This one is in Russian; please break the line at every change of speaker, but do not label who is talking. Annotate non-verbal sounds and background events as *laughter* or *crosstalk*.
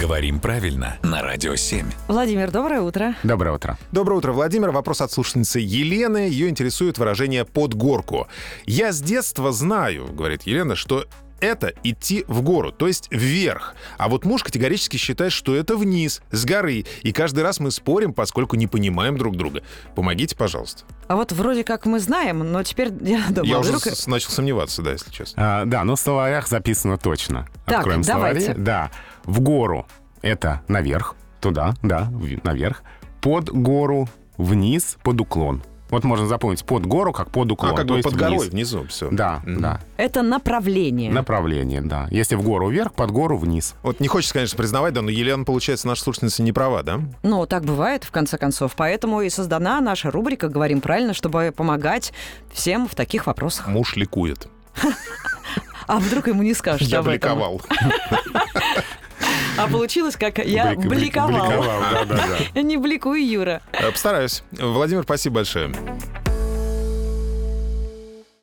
Говорим правильно на Радио 7.
Владимир, доброе утро.
Доброе утро.
Доброе утро, Владимир. Вопрос от слушательницы Елены. Ее интересует выражение «под горку». «Я с детства знаю», — говорит Елена, — «что это идти в гору, то есть вверх. А вот муж категорически считает, что это вниз, с горы. И каждый раз мы спорим, поскольку не понимаем друг друга. Помогите, пожалуйста.
А вот вроде как мы знаем, но теперь *laughs* я думаю,
Я уже
вдруг...
с- начал сомневаться, да, если честно.
А, да, но в словарях записано точно.
Так,
Откроем
давайте.
словари. Да. В гору это наверх, туда, да, в- наверх. Под гору, вниз, под уклон. Вот можно запомнить под гору как под
А
уклон.
как
то
бы
есть
под горой
вниз.
внизу все.
Да, да.
это направление.
Направление, да. Если в гору вверх, под гору вниз.
Вот не хочется, конечно, признавать, да, но Елена, получается, наша слушательница не права, да?
Ну, так бывает, в конце концов. Поэтому и создана наша рубрика «Говорим правильно», чтобы помогать всем в таких вопросах.
Муж ликует.
А вдруг ему не скажешь
Я
об этом?
бликовал.
А получилось, как я
Блик- блик-
бликовал.
бликовал, да, да, да.
*laughs* Не бликуй, Юра.
Э, Постараюсь. Владимир, спасибо большое.